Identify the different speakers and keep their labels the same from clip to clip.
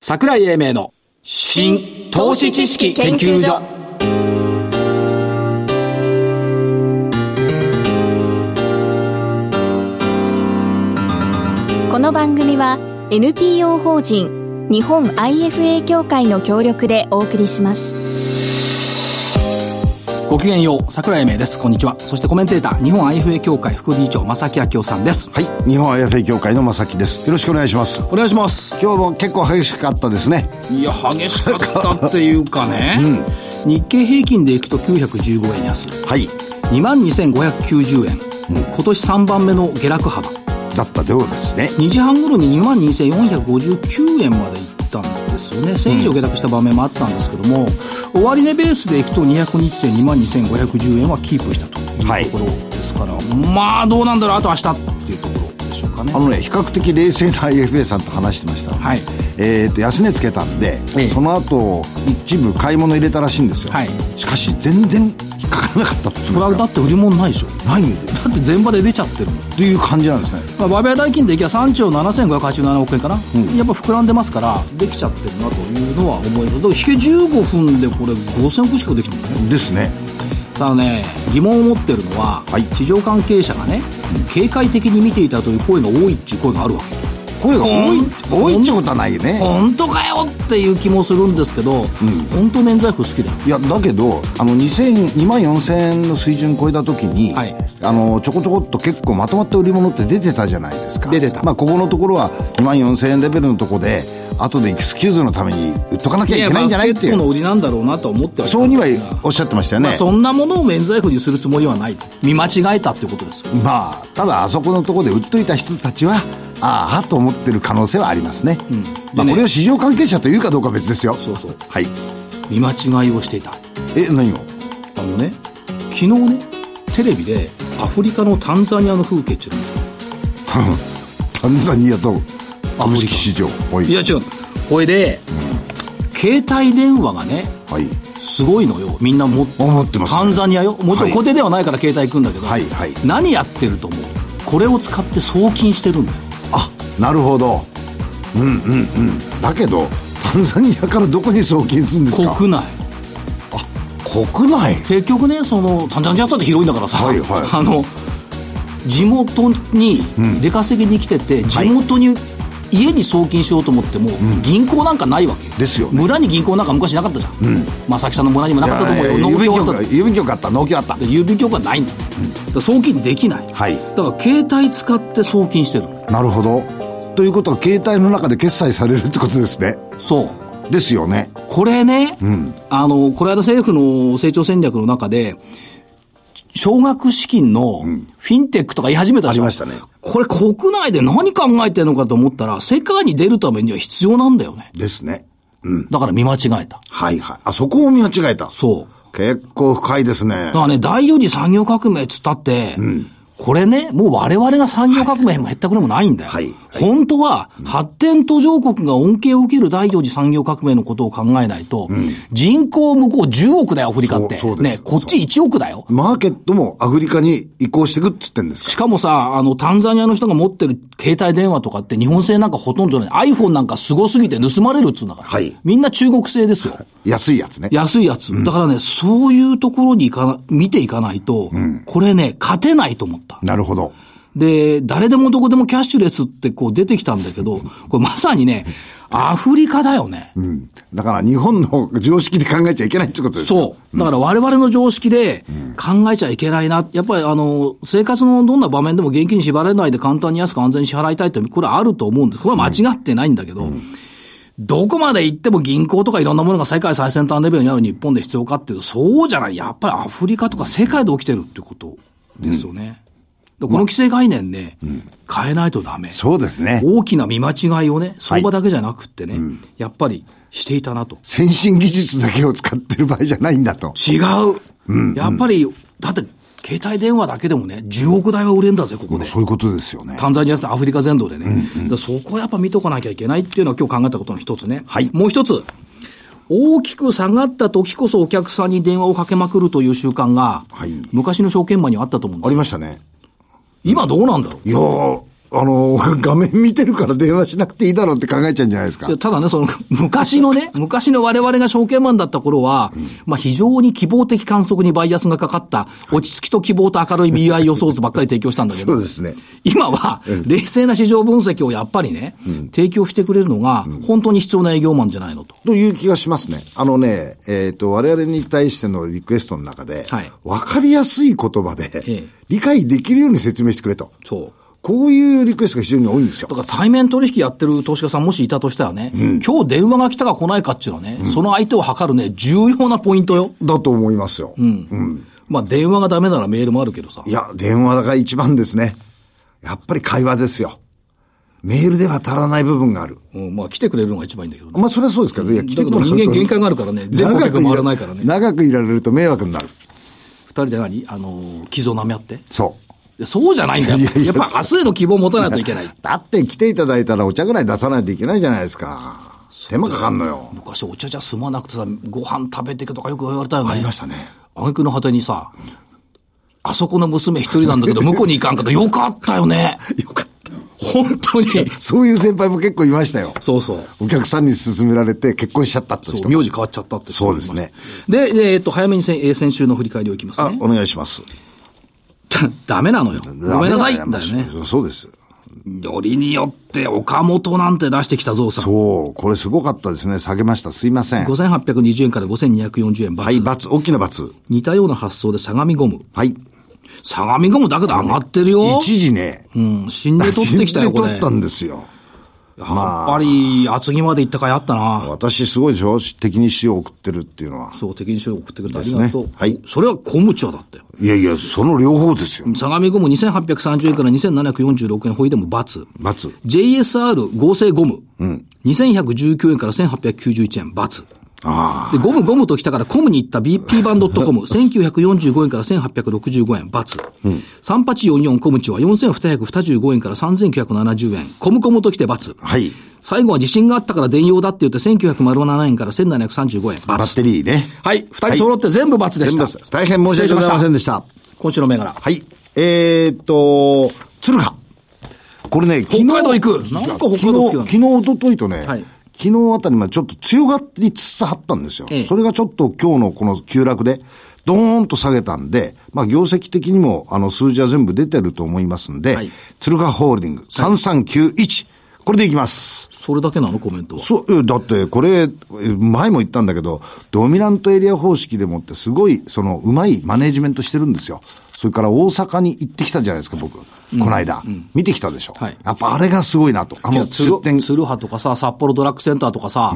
Speaker 1: 桜井英明の新投資知識研究所
Speaker 2: この番組は NPO 法人日本 IFA 協会の協力でお送りします
Speaker 1: ごきげんよう桜井英明ですこんにちはそしてコメンテーター日本 IFA 協会副理事長正木明夫さんです
Speaker 3: はい日本 IFA 協会の正木ですよろしくお願いします
Speaker 1: お願いします
Speaker 3: 今日も結構激しかったですね
Speaker 1: いや激しかったっていうかね、日経平均でいくと915円安
Speaker 3: はい
Speaker 1: 2万2590円、今年3番目の下落幅
Speaker 3: だったようですね
Speaker 1: 2時半頃に2万2459円まで行ったんですよね1000以上下落した場面もあったんですけども、終値ベースでいくと200日線2万2510円はキープしたと
Speaker 3: はい
Speaker 1: いうところですから、まあどうなんだろうあと明日っていうところでしょうかね
Speaker 3: あのね比較的冷静な IFA さんと話してましたので
Speaker 1: はい
Speaker 3: えー、と安値つけたんで、
Speaker 1: ええ
Speaker 3: その後一部買い物入れたらしいんですよ、
Speaker 1: はい
Speaker 3: しかし全然引っかからなかったって言うん
Speaker 1: これはだ
Speaker 3: ですよ
Speaker 1: って売り物ないでしょだ
Speaker 3: ないんで
Speaker 1: って全場で出ちゃってるもん
Speaker 3: という感じなんですね
Speaker 1: まあ、売買代金でいきば3兆7587億円かな、やっぱ膨らんでますからできちゃってるなというのは思いますだから引け15分でこれ5000億しかできてるね
Speaker 3: ですね
Speaker 1: ただね疑問を持ってるのは、
Speaker 3: はい
Speaker 1: 市場関係者がね警戒的に見ていたという声が多いっていう声があるわけ
Speaker 3: 声が多い
Speaker 1: うん
Speaker 3: 多いっちゅうことはないよね
Speaker 1: 本当かよっていう気もするんですけど、本当免罪符好きだよ
Speaker 3: いやだけどあの2000 2万4000円の水準超えた時に、
Speaker 1: はい
Speaker 3: あのちょこちょこっと結構まとまった売り物って出てたじゃないですか
Speaker 1: 出てた
Speaker 3: まあ、ここのところは2万4000円レベルのところで後でエクスキューズのために売っとかなきゃいけないんじゃないってい
Speaker 1: やバスケットの
Speaker 3: う
Speaker 1: 売りなんだろうなとは思ってはいた
Speaker 3: そうには
Speaker 1: んですが
Speaker 3: おっしゃってましたよね、
Speaker 1: まあ、そんなものを免罪符にするつもりはない見間違えたってことですよ
Speaker 3: まあただあそこのところで売っといた人たちはああと思ってる可能性はありますね,、ま
Speaker 1: で
Speaker 3: あ、
Speaker 1: ね
Speaker 3: これを市場関係者というかどうかは別ですよ
Speaker 1: そうそう
Speaker 3: はい
Speaker 1: 見間違いをしていた
Speaker 3: え何を
Speaker 1: あのね昨日ねテレビでアフリカのタンザニアの風景っていうのを見た
Speaker 3: タンザニアと株式市場おい
Speaker 1: いや違うこれで、携帯電話がね
Speaker 3: はい
Speaker 1: すごいのよみんなも
Speaker 3: 思ってますね
Speaker 1: タンザニアよもちろ
Speaker 3: は
Speaker 1: ん
Speaker 3: い
Speaker 1: 小手ではないから携帯行くんだけど、
Speaker 3: はいはい
Speaker 1: 何やってると思うこれを使って送金してるんだよ
Speaker 3: あなるほどうんうんうんだけどタンザニアからどこに送金するんですか
Speaker 1: 国内
Speaker 3: 国内
Speaker 1: 結局ねそのタンザニアだって広いんだからさ、
Speaker 3: はいはい
Speaker 1: あの地元に出稼ぎに来てて、地元に、家に送金しようと思っても、銀行なんかないわけよ
Speaker 3: ですよね
Speaker 1: 村に銀行なんか昔なかったじゃん、まあさきさんの村にもなかったと思うよ
Speaker 3: 郵
Speaker 1: 農
Speaker 3: 便
Speaker 1: 協
Speaker 3: 局
Speaker 1: だっ
Speaker 3: が
Speaker 1: て
Speaker 3: 郵便局あった農協あった
Speaker 1: で郵便局はないんだ,、送金できない、
Speaker 3: はい
Speaker 1: だから携帯使って送金してる
Speaker 3: なるほどということは携帯の中で決済されるってことですね
Speaker 1: そう
Speaker 3: ですよね
Speaker 1: これね、あのこの間政府の成長戦略の中で少額資金のフィンテックとか言い始めたでしょ
Speaker 3: ありましたね
Speaker 1: これ国内で何考えてるのかと思ったら世界に出るためには必要なんだよね
Speaker 3: ですね
Speaker 1: だから見間違えた
Speaker 3: はいはいあそこを見間違えた
Speaker 1: そう
Speaker 3: 結構深いですね
Speaker 1: だからね第四次産業革命っつったって、これね、もう我々が産業革命も減ったくれもないんだよ。
Speaker 3: はいはい
Speaker 1: 本当は、発展途上国が恩恵を受ける第四次産業革命のことを考えないと、人口向こう10億だよ、アフリカって。
Speaker 3: そうそうで
Speaker 1: ね
Speaker 3: す、
Speaker 1: こっち1億だよ。
Speaker 3: マーケットもアフリカに移行していくっつってんですか
Speaker 1: しかもさ、あの、タンザニアの人が持ってる携帯電話とかって日本製なんかほとんどない。iPhone なんか凄すぎて盗まれるっつうんだから。
Speaker 3: はい
Speaker 1: みんな中国製ですよ。
Speaker 3: 安いやつね
Speaker 1: 安いやつ。だからね、そういうところに行かな、見ていかないと、これね、勝てないと思った。
Speaker 3: なるほど
Speaker 1: で、誰でもどこでもキャッシュレスってこう出てきたんだけど、これまさにね、アフリカだよね。
Speaker 3: うんだから日本の常識で考えちゃいけないってことですよ
Speaker 1: そう。だから我々の常識で考えちゃいけないな。やっぱりあの、生活のどんな場面でも現金に縛られないで簡単に安く安全に支払いたいって、これあると思うんです。これは間違ってないんだけど、どこまで行っても銀行とかいろんなものが世界最先端レベルにある日本で必要かっていうと、そうじゃない。やっぱりアフリカとか世界で起きてるってことですよね。でこの規制概念ね、変えないとダメ。
Speaker 3: そうですね
Speaker 1: 大きな見間違いをね、相場だけじゃなくってね、やっぱりしていたなと。
Speaker 3: 先進技術だけを使ってる場合じゃないんだと。
Speaker 1: 違う、やっぱり、だって、携帯電話だけでもね、10億台は売れんだぜ、ここで。
Speaker 3: そういうことですよね。
Speaker 1: タンザニアってアフリカ全土でね。だからそこはやっぱ見とかなきゃいけないっていうのは今日考えたことの一つね。
Speaker 3: はい
Speaker 1: もう一つ。大きく下がった時こそお客さんに電話をかけまくるという習慣が、
Speaker 3: はい
Speaker 1: 昔の証券マンにはあったと思うんで
Speaker 3: あ
Speaker 1: す
Speaker 3: り
Speaker 1: よ。
Speaker 3: ましたね。
Speaker 1: 今どうなんだろう
Speaker 3: いやー、あの、画面見てるから電話しなくていいだろうって考えちゃうんじゃないですか
Speaker 1: いや。ただね、その、 昔のね、昔の我々が証券マンだった頃は、まあ非常に希望的観測にバイアスがかかった、落ち着きと希望と明るい BI 予想図ばっかり提供したんだけ
Speaker 3: そ
Speaker 1: ど
Speaker 3: う、ですね。
Speaker 1: 今は、冷静な市場分析をやっぱりね、提供してくれるのが、本当に必要な営業マンじゃないのと。
Speaker 3: という気がしますね。あのね、えっ、と、我々に対してのリクエストの中で、
Speaker 1: はい
Speaker 3: わかりやすい言葉
Speaker 1: え
Speaker 3: で
Speaker 1: え、
Speaker 3: 理解できるように説明してくれと。
Speaker 1: そう。
Speaker 3: こういうリクエストが非常に多いんですよ
Speaker 1: だ。から対面取引やってる投資家さんもしいたとしたらね、今日電話が来たか来ないかっていうのはね、その相手を測るね、重要なポイントよ。
Speaker 3: だと思いますよ。
Speaker 1: まあ電話がダメならメールもあるけどさ
Speaker 3: い。や、電話が一番ですね。やっぱり会話ですよ。メールでは足らない部分がある。
Speaker 1: うん、まあ来てくれるのが一番いいんだけどね。
Speaker 3: まあ、それはそうですけど、いや、来
Speaker 1: だ
Speaker 3: て
Speaker 1: け
Speaker 3: く
Speaker 1: ど
Speaker 3: れ
Speaker 1: 人間限界があるからね、全顧客回らないからね。
Speaker 3: 長くいられると迷惑になる。
Speaker 1: 二人で何あのー、傷を舐め合って
Speaker 3: そ
Speaker 1: いやそうじゃないんだよ。
Speaker 3: いやいや。。
Speaker 1: やっぱ明日への希望を持たないといけないう
Speaker 3: だって来ていただいたらお茶ぐらい出さないといけないじゃないですか。手間かかんのよ。
Speaker 1: 昔お茶じゃ済まなくてさ、ご飯食べてけとかよく言われたよね。
Speaker 3: ありましたね。
Speaker 1: 挙句の果てにさ、あそこの娘一人なん だけど、向こうに行かんかった。よかったよね。
Speaker 3: よかった。
Speaker 1: 本当に。
Speaker 3: そういう先輩も結構いましたよ。
Speaker 1: そうそう。
Speaker 3: お客さんに勧められて結婚しちゃったって
Speaker 1: そう
Speaker 3: 人。
Speaker 1: 名字変わっちゃったって。
Speaker 3: そうですね。
Speaker 1: で、でえっと、早めに先えー先週の振り返りをいきます
Speaker 3: あ
Speaker 1: ね、。
Speaker 3: お願いします。
Speaker 1: だ ダメなのよ。ごめんなさい。だよ
Speaker 3: ダメだ
Speaker 1: ね。
Speaker 3: よそうです。
Speaker 1: よりによって、岡本なんて出してきたぞ、さん。
Speaker 3: そう、これすごかったですね。下げました。すいません。
Speaker 1: 5820円から5240円、バツ、
Speaker 3: はい、罰、大きな罰。
Speaker 1: 似たような発想で相模ゴム。
Speaker 3: はい。
Speaker 1: 相模ゴムだけで上がってるよ。
Speaker 3: 一時ね、
Speaker 1: うん、死んで取ってきたよ、これ。
Speaker 3: で取ったんですよ。
Speaker 1: やっぱり、厚木まで行ったかいあったな。
Speaker 3: 私すごいでしょ敵に塩を送ってるっていうのは。
Speaker 1: そう、敵に書を送ってくれてありがとう。
Speaker 3: ですねはい
Speaker 1: それは小ムチだったよ。
Speaker 3: いやいや、その両方ですよ。
Speaker 1: 相模ゴム2830円から2746円、ほいでも×。
Speaker 3: 罰。
Speaker 1: JSR 合成ゴム。うん。2119円から1891円、×。
Speaker 3: あ
Speaker 1: で、ゴムゴムと来たからコムに行った BP 版 .com。1945円から1865円、×。うん。3844コムチは4225円から3970円。コムコムと来て×。
Speaker 3: あ。はい。
Speaker 1: 最後は地震があったから電用だって言って1907円から1735円、
Speaker 3: バ
Speaker 1: ×
Speaker 3: ッ。テリーね。
Speaker 1: はい。二人揃って全部罰でした。
Speaker 3: 全部です大変申し訳ございませんでした。
Speaker 1: 今週の銘柄。は
Speaker 3: はい。えーっと、鶴賀。これね、昨
Speaker 1: 北海道行くなんか北海道好きなの
Speaker 3: 昨日、昨日、一昨日とね、
Speaker 1: はい
Speaker 3: 昨日あたりまでちょっと強がりつつあったんですよ。
Speaker 1: ええ
Speaker 3: それがちょっと今日のこの急落で、ドーンと下げたんで、まあ業績的にもあの数字は全部出てると思いますんで、
Speaker 1: はい
Speaker 3: 鶴賀ホールディング3391、これでいきます。
Speaker 1: それだけなのコメントは。
Speaker 3: そう、えだってこれ、え前も言ったんだけど、ドミナントエリア方式でもってすごい、その、うまいマネジメントしてるんですよ。それから大阪に行ってきたじゃないですか、僕。この間。見てきたでしょ。
Speaker 1: はい
Speaker 3: やっぱあれがすごいなと。あ
Speaker 1: いや
Speaker 3: の、
Speaker 1: 鶴
Speaker 3: 出店。
Speaker 1: 鶴葉とかさ、札幌ドラッグセンターとかさ、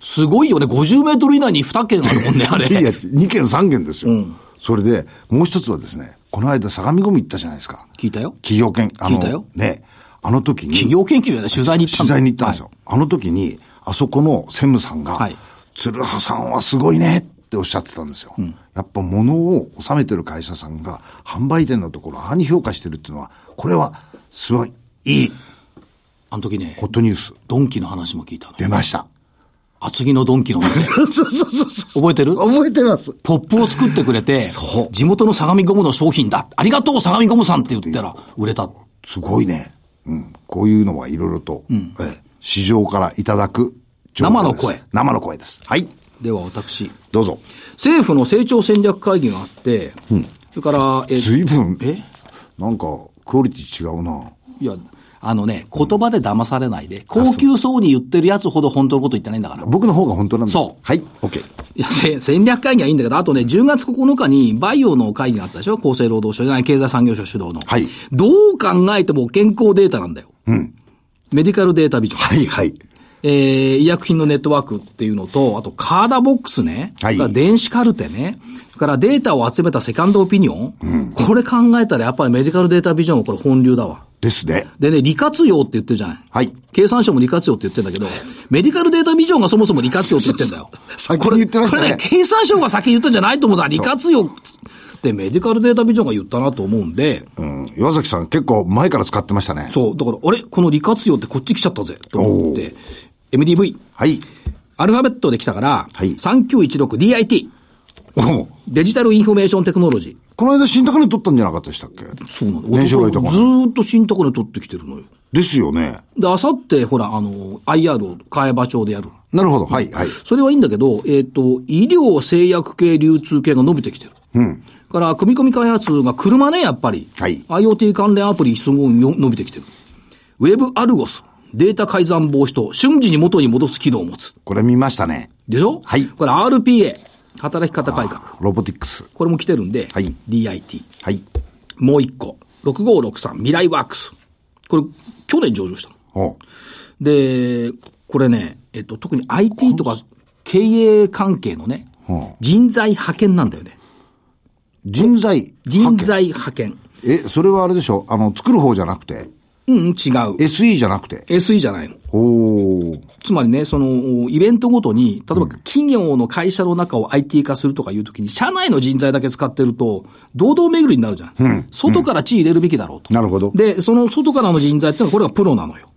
Speaker 1: すごいよね。50メートル以内に2軒あるもんね、あれ。
Speaker 3: いやいや、2件3件ですよ。それで、もう一つはですね、この間相模ゴミ行ったじゃないですか。
Speaker 1: 聞いたよ。
Speaker 3: 企業研、あの、
Speaker 1: 聞いたよ
Speaker 3: ね、あの時に。
Speaker 1: 企業研究じゃない、取材に行ったん
Speaker 3: 取
Speaker 1: だ
Speaker 3: 材に行ったんですよ。あの時に、あそこの専務さんが、
Speaker 1: はい
Speaker 3: 鶴葉さんはすごいねっておっしゃってたんですよ。やっぱ物を納めてる会社さんが、販売店のところをああに評価してるっていうのは、これは、すごい、いい、
Speaker 1: はいあの時ね
Speaker 3: ホ、ットニュース、
Speaker 1: ドンキの話も聞いたのよ。
Speaker 3: 出ました。
Speaker 1: 厚木のドンキの話。
Speaker 3: そうそうそうそ
Speaker 1: 覚えてる
Speaker 3: 覚えてます。
Speaker 1: ポップを作ってくれて
Speaker 3: そ、う
Speaker 1: 地元の相模ゴムの商品だ。ありがとう、相模ゴムさんって言ったら、売れた。
Speaker 3: すごいね。うん。こういうのはいろいろと、ええ市場からいただく情報
Speaker 1: 生の
Speaker 3: です、
Speaker 1: 声
Speaker 3: 生の声です。はい。
Speaker 1: では私、
Speaker 3: どうぞ。
Speaker 1: 政府の成長戦略会議があって、それから、えっと
Speaker 3: 随分、
Speaker 1: え
Speaker 3: なんか、クオリティ違うな。
Speaker 1: いや、あのね、言葉で騙されないで、高級そうに言ってるやつほど本当のこと言ってないんだから。
Speaker 3: 僕の方が本当なんだ。
Speaker 1: そう
Speaker 3: はい、OK。
Speaker 1: いや、せ戦略会議はいいんだけど、あとね、10月9日にバイオの会議があったでしょ厚生労働省じゃない、経済産業省主導の。
Speaker 3: はい
Speaker 1: どう考えても健康データなんだよ。メディカルデータビジョン。
Speaker 3: はい、はい。
Speaker 1: えー、医薬品のネットワークっていうのと、あとカーダボックスね。
Speaker 3: はい
Speaker 1: それから電子カルテね。それからデータを集めたセカンドオピニオン。これ考えたらやっぱりメディカルデータビジョンはこれ本流だわ。
Speaker 3: ですね。
Speaker 1: でね、利活用って言ってるじゃない。
Speaker 3: はい。
Speaker 1: 経産省も利活用って言ってんだけど、メディカルデータビジョンがそもそも利活用って言ってんだよ。
Speaker 3: 先に言ってまし
Speaker 1: こ
Speaker 3: た
Speaker 1: れね
Speaker 3: ね、。
Speaker 1: 経産省が先言ったんじゃないと思うな。利活用ってメディカルデータビジョンが言ったなと思うんで、
Speaker 3: うん。岩崎さん結構前から使ってましたね。
Speaker 1: そう、だから、あれこの利活用ってこっち来ちゃったぜ、と思って、MDV、
Speaker 3: はい。
Speaker 1: アルファベットで来たから、
Speaker 3: はい
Speaker 1: 3916DIT。
Speaker 3: おう
Speaker 1: デジタルインフォメーションテクノロジー。
Speaker 3: この間新高値取ったんじゃなかったでしたっけ
Speaker 1: そうなんだ。
Speaker 3: 年商がいいとこ
Speaker 1: ずーっと新高値取ってきてるのよ。
Speaker 3: ですよね。
Speaker 1: で、あさって、ほら、あの、IR を買え場所でやる。
Speaker 3: なるほど。はい、はい。
Speaker 1: それはいいんだけど、えっ、と、医療、製薬系、流通系が伸びてきてる。うん。から、組み込み開発が車ね、やっぱり。
Speaker 3: はい
Speaker 1: IoT 関連アプリ、すごいよ伸びてきてる。ウェブアルゴス、データ改ざん防止と、瞬時に元に戻す機能を持つ。
Speaker 3: これ見ましたね。
Speaker 1: でしょ
Speaker 3: はい
Speaker 1: これ RPA、働き方改革。
Speaker 3: ロボティックス。
Speaker 1: これも来てるんで、
Speaker 3: はい
Speaker 1: DIT。
Speaker 3: はい。
Speaker 1: もう一個。6563、未来ワークス。これ、去年上場したの。
Speaker 3: おう
Speaker 1: で、これね、えっと、特に IT とか経営関係のね
Speaker 3: はあ、
Speaker 1: 人材派遣なんだよね。
Speaker 3: 人材。
Speaker 1: 人材派遣。
Speaker 3: え、それはあれでしょあの、作る方じゃなくて、
Speaker 1: うん、違う。
Speaker 3: SE じゃなくて。
Speaker 1: SE じゃないの。
Speaker 3: おー。
Speaker 1: つまりね、その、イベントごとに、例えば企業の会社の中を IT 化するとかいうときに、社内の人材だけ使ってると、堂々巡りになるじゃん。外から地入れるべきだろうと。
Speaker 3: なるほど
Speaker 1: で、その外からの人材ってのは、これがプロなのよ。だか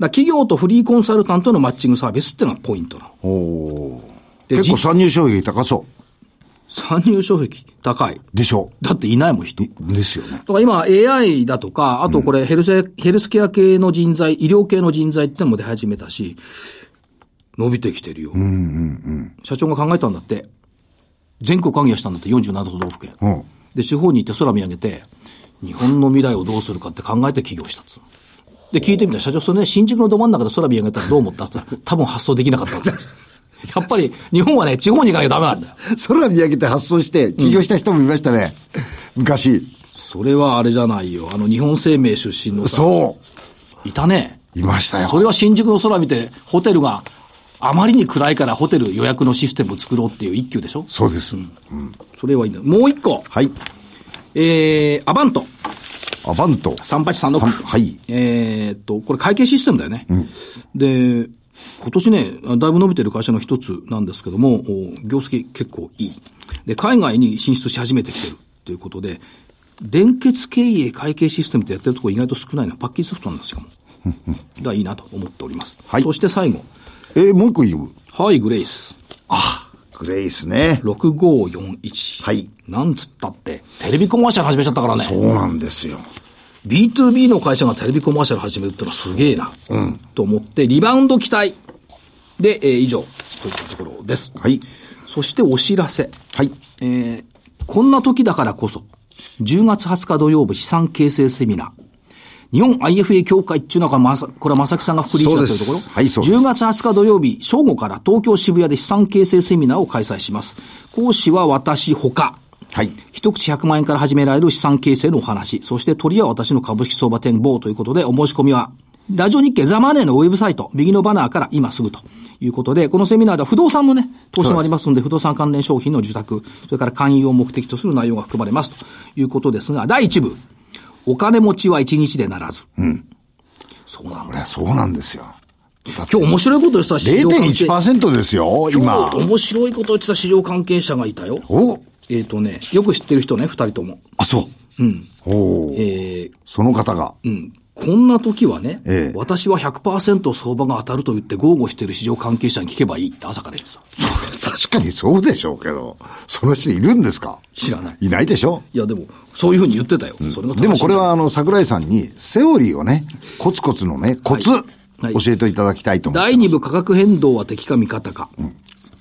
Speaker 1: ら企業とフリーコンサルタントのマッチングサービスっていうのがポイントなの。
Speaker 3: おー。
Speaker 1: で
Speaker 3: 結構
Speaker 1: じ
Speaker 3: 参入障壁高そ
Speaker 1: 参入障壁高い。
Speaker 3: う。でしょ
Speaker 1: だっていないもん、人。
Speaker 3: ですよ
Speaker 1: だ
Speaker 3: ね。
Speaker 1: から今 AI だとか、あとこれヘルス、ヘルスケア系の人材、医療系の人材ってのも出始めたし、伸びてきてるよ。社長が考えたんだって、全国会議したんだって47都道府県。
Speaker 3: うん。
Speaker 1: で、地方に行って空見上げて、日本の未来をどうするかって考えて起業したっつうので、聞いてみたら、社長、それね、新宿のど真ん中で空見上げたらどう思ったっつ ったら、多分発想できなかったっ つうやっぱり、日本はね、地方に行かなきゃダメなんだよ。
Speaker 3: 空見上げて発想して、起業した人もいましたね。昔。
Speaker 1: それはあれじゃないよ。あの、日本生命出身のさ、
Speaker 3: そ
Speaker 1: いたね。
Speaker 3: う。いましたよ。
Speaker 1: それは新宿の空見て、ホテルがあまりに暗いからホテル予約のシステムを作ろうっていう一級でしょ
Speaker 3: そうです。
Speaker 1: それはいいんだ。もう一個。
Speaker 3: はい。
Speaker 1: えー、アバント。
Speaker 3: アバント。
Speaker 1: 3836。
Speaker 3: はい。
Speaker 1: えーっと、これ会計システムだよね。で、今年ね、だいぶ伸びてる会社の一つなんですけども、お業績結構いい。で、海外に進出し始めてきてるということで、連結経営会計システムってやってるところ意外と少ないのパッケージソフトなんですしかも。がいいなと思っております。
Speaker 3: はい
Speaker 1: そして最後。
Speaker 3: えーもう一個言う
Speaker 1: はい、グレイス。
Speaker 3: グレイスね。
Speaker 1: 6541。
Speaker 3: はい。
Speaker 1: なんつったって、テレビコマーシャル始めちゃったからね。
Speaker 3: そうなんですよ。
Speaker 1: B2B の会社がテレビコマーシャル始めるってのはすげえな。と思って、リバウンド期待。で、えー以上。といったところです。
Speaker 3: はい。
Speaker 1: そしてお知らせ。
Speaker 3: はい。
Speaker 1: えーこんな時だからこそ、10月20日土曜日資産形成セミナー。日本 IFA 協会っていうのがまさ、これは正木さんが副理事長というところ。
Speaker 3: そうですはいそうです
Speaker 1: 10月20日土曜日、正午から東京渋谷で資産形成セミナーを開催します。講師は私他。
Speaker 3: はい。
Speaker 1: 一口100万円から始められる資産形成のお話、そして鳥は私の株式相場展望ということで、お申し込みは、ラジオ日経ザマネーのウェブサイト、右のバナーから今すぐということで、このセミナーでは不動産のね、投資もありますので、不動産関連商品の受託、それから勧誘を目的とする内容が含まれますということですが、第1部、お金持ちは1日でならず。そうなん
Speaker 3: こ
Speaker 1: だ。
Speaker 3: れはそうなんですよ。
Speaker 1: 今日面白いこと言ってた市場関係者。
Speaker 3: 0.1%ですよ、今。
Speaker 1: 面白いこと言ってた市場関係者がいたよ。
Speaker 3: お
Speaker 1: えっ、とね、よく知ってる人ね、二人とも。
Speaker 3: あ、そう。うん。おー
Speaker 1: えー、
Speaker 3: その方が。
Speaker 1: うんこんな時はね、
Speaker 3: ええ
Speaker 1: 私は100%相場が当たると言って豪語してる市場関係者に聞けばいいって朝から言ってた。
Speaker 3: 確かにそうでしょうけど、その人いるんですか
Speaker 1: 知らない。
Speaker 3: いないでしょ
Speaker 1: いやでも、そういうふうに言ってたよ。それが正しいんじ
Speaker 3: で
Speaker 1: ゃな
Speaker 3: も
Speaker 1: い
Speaker 3: これはあの、桜井さんに、セオリーをね、コツコツのね、コツ、
Speaker 1: はい
Speaker 3: 教えていただきたいと思います。
Speaker 1: 第2部価格変動は敵か味方か。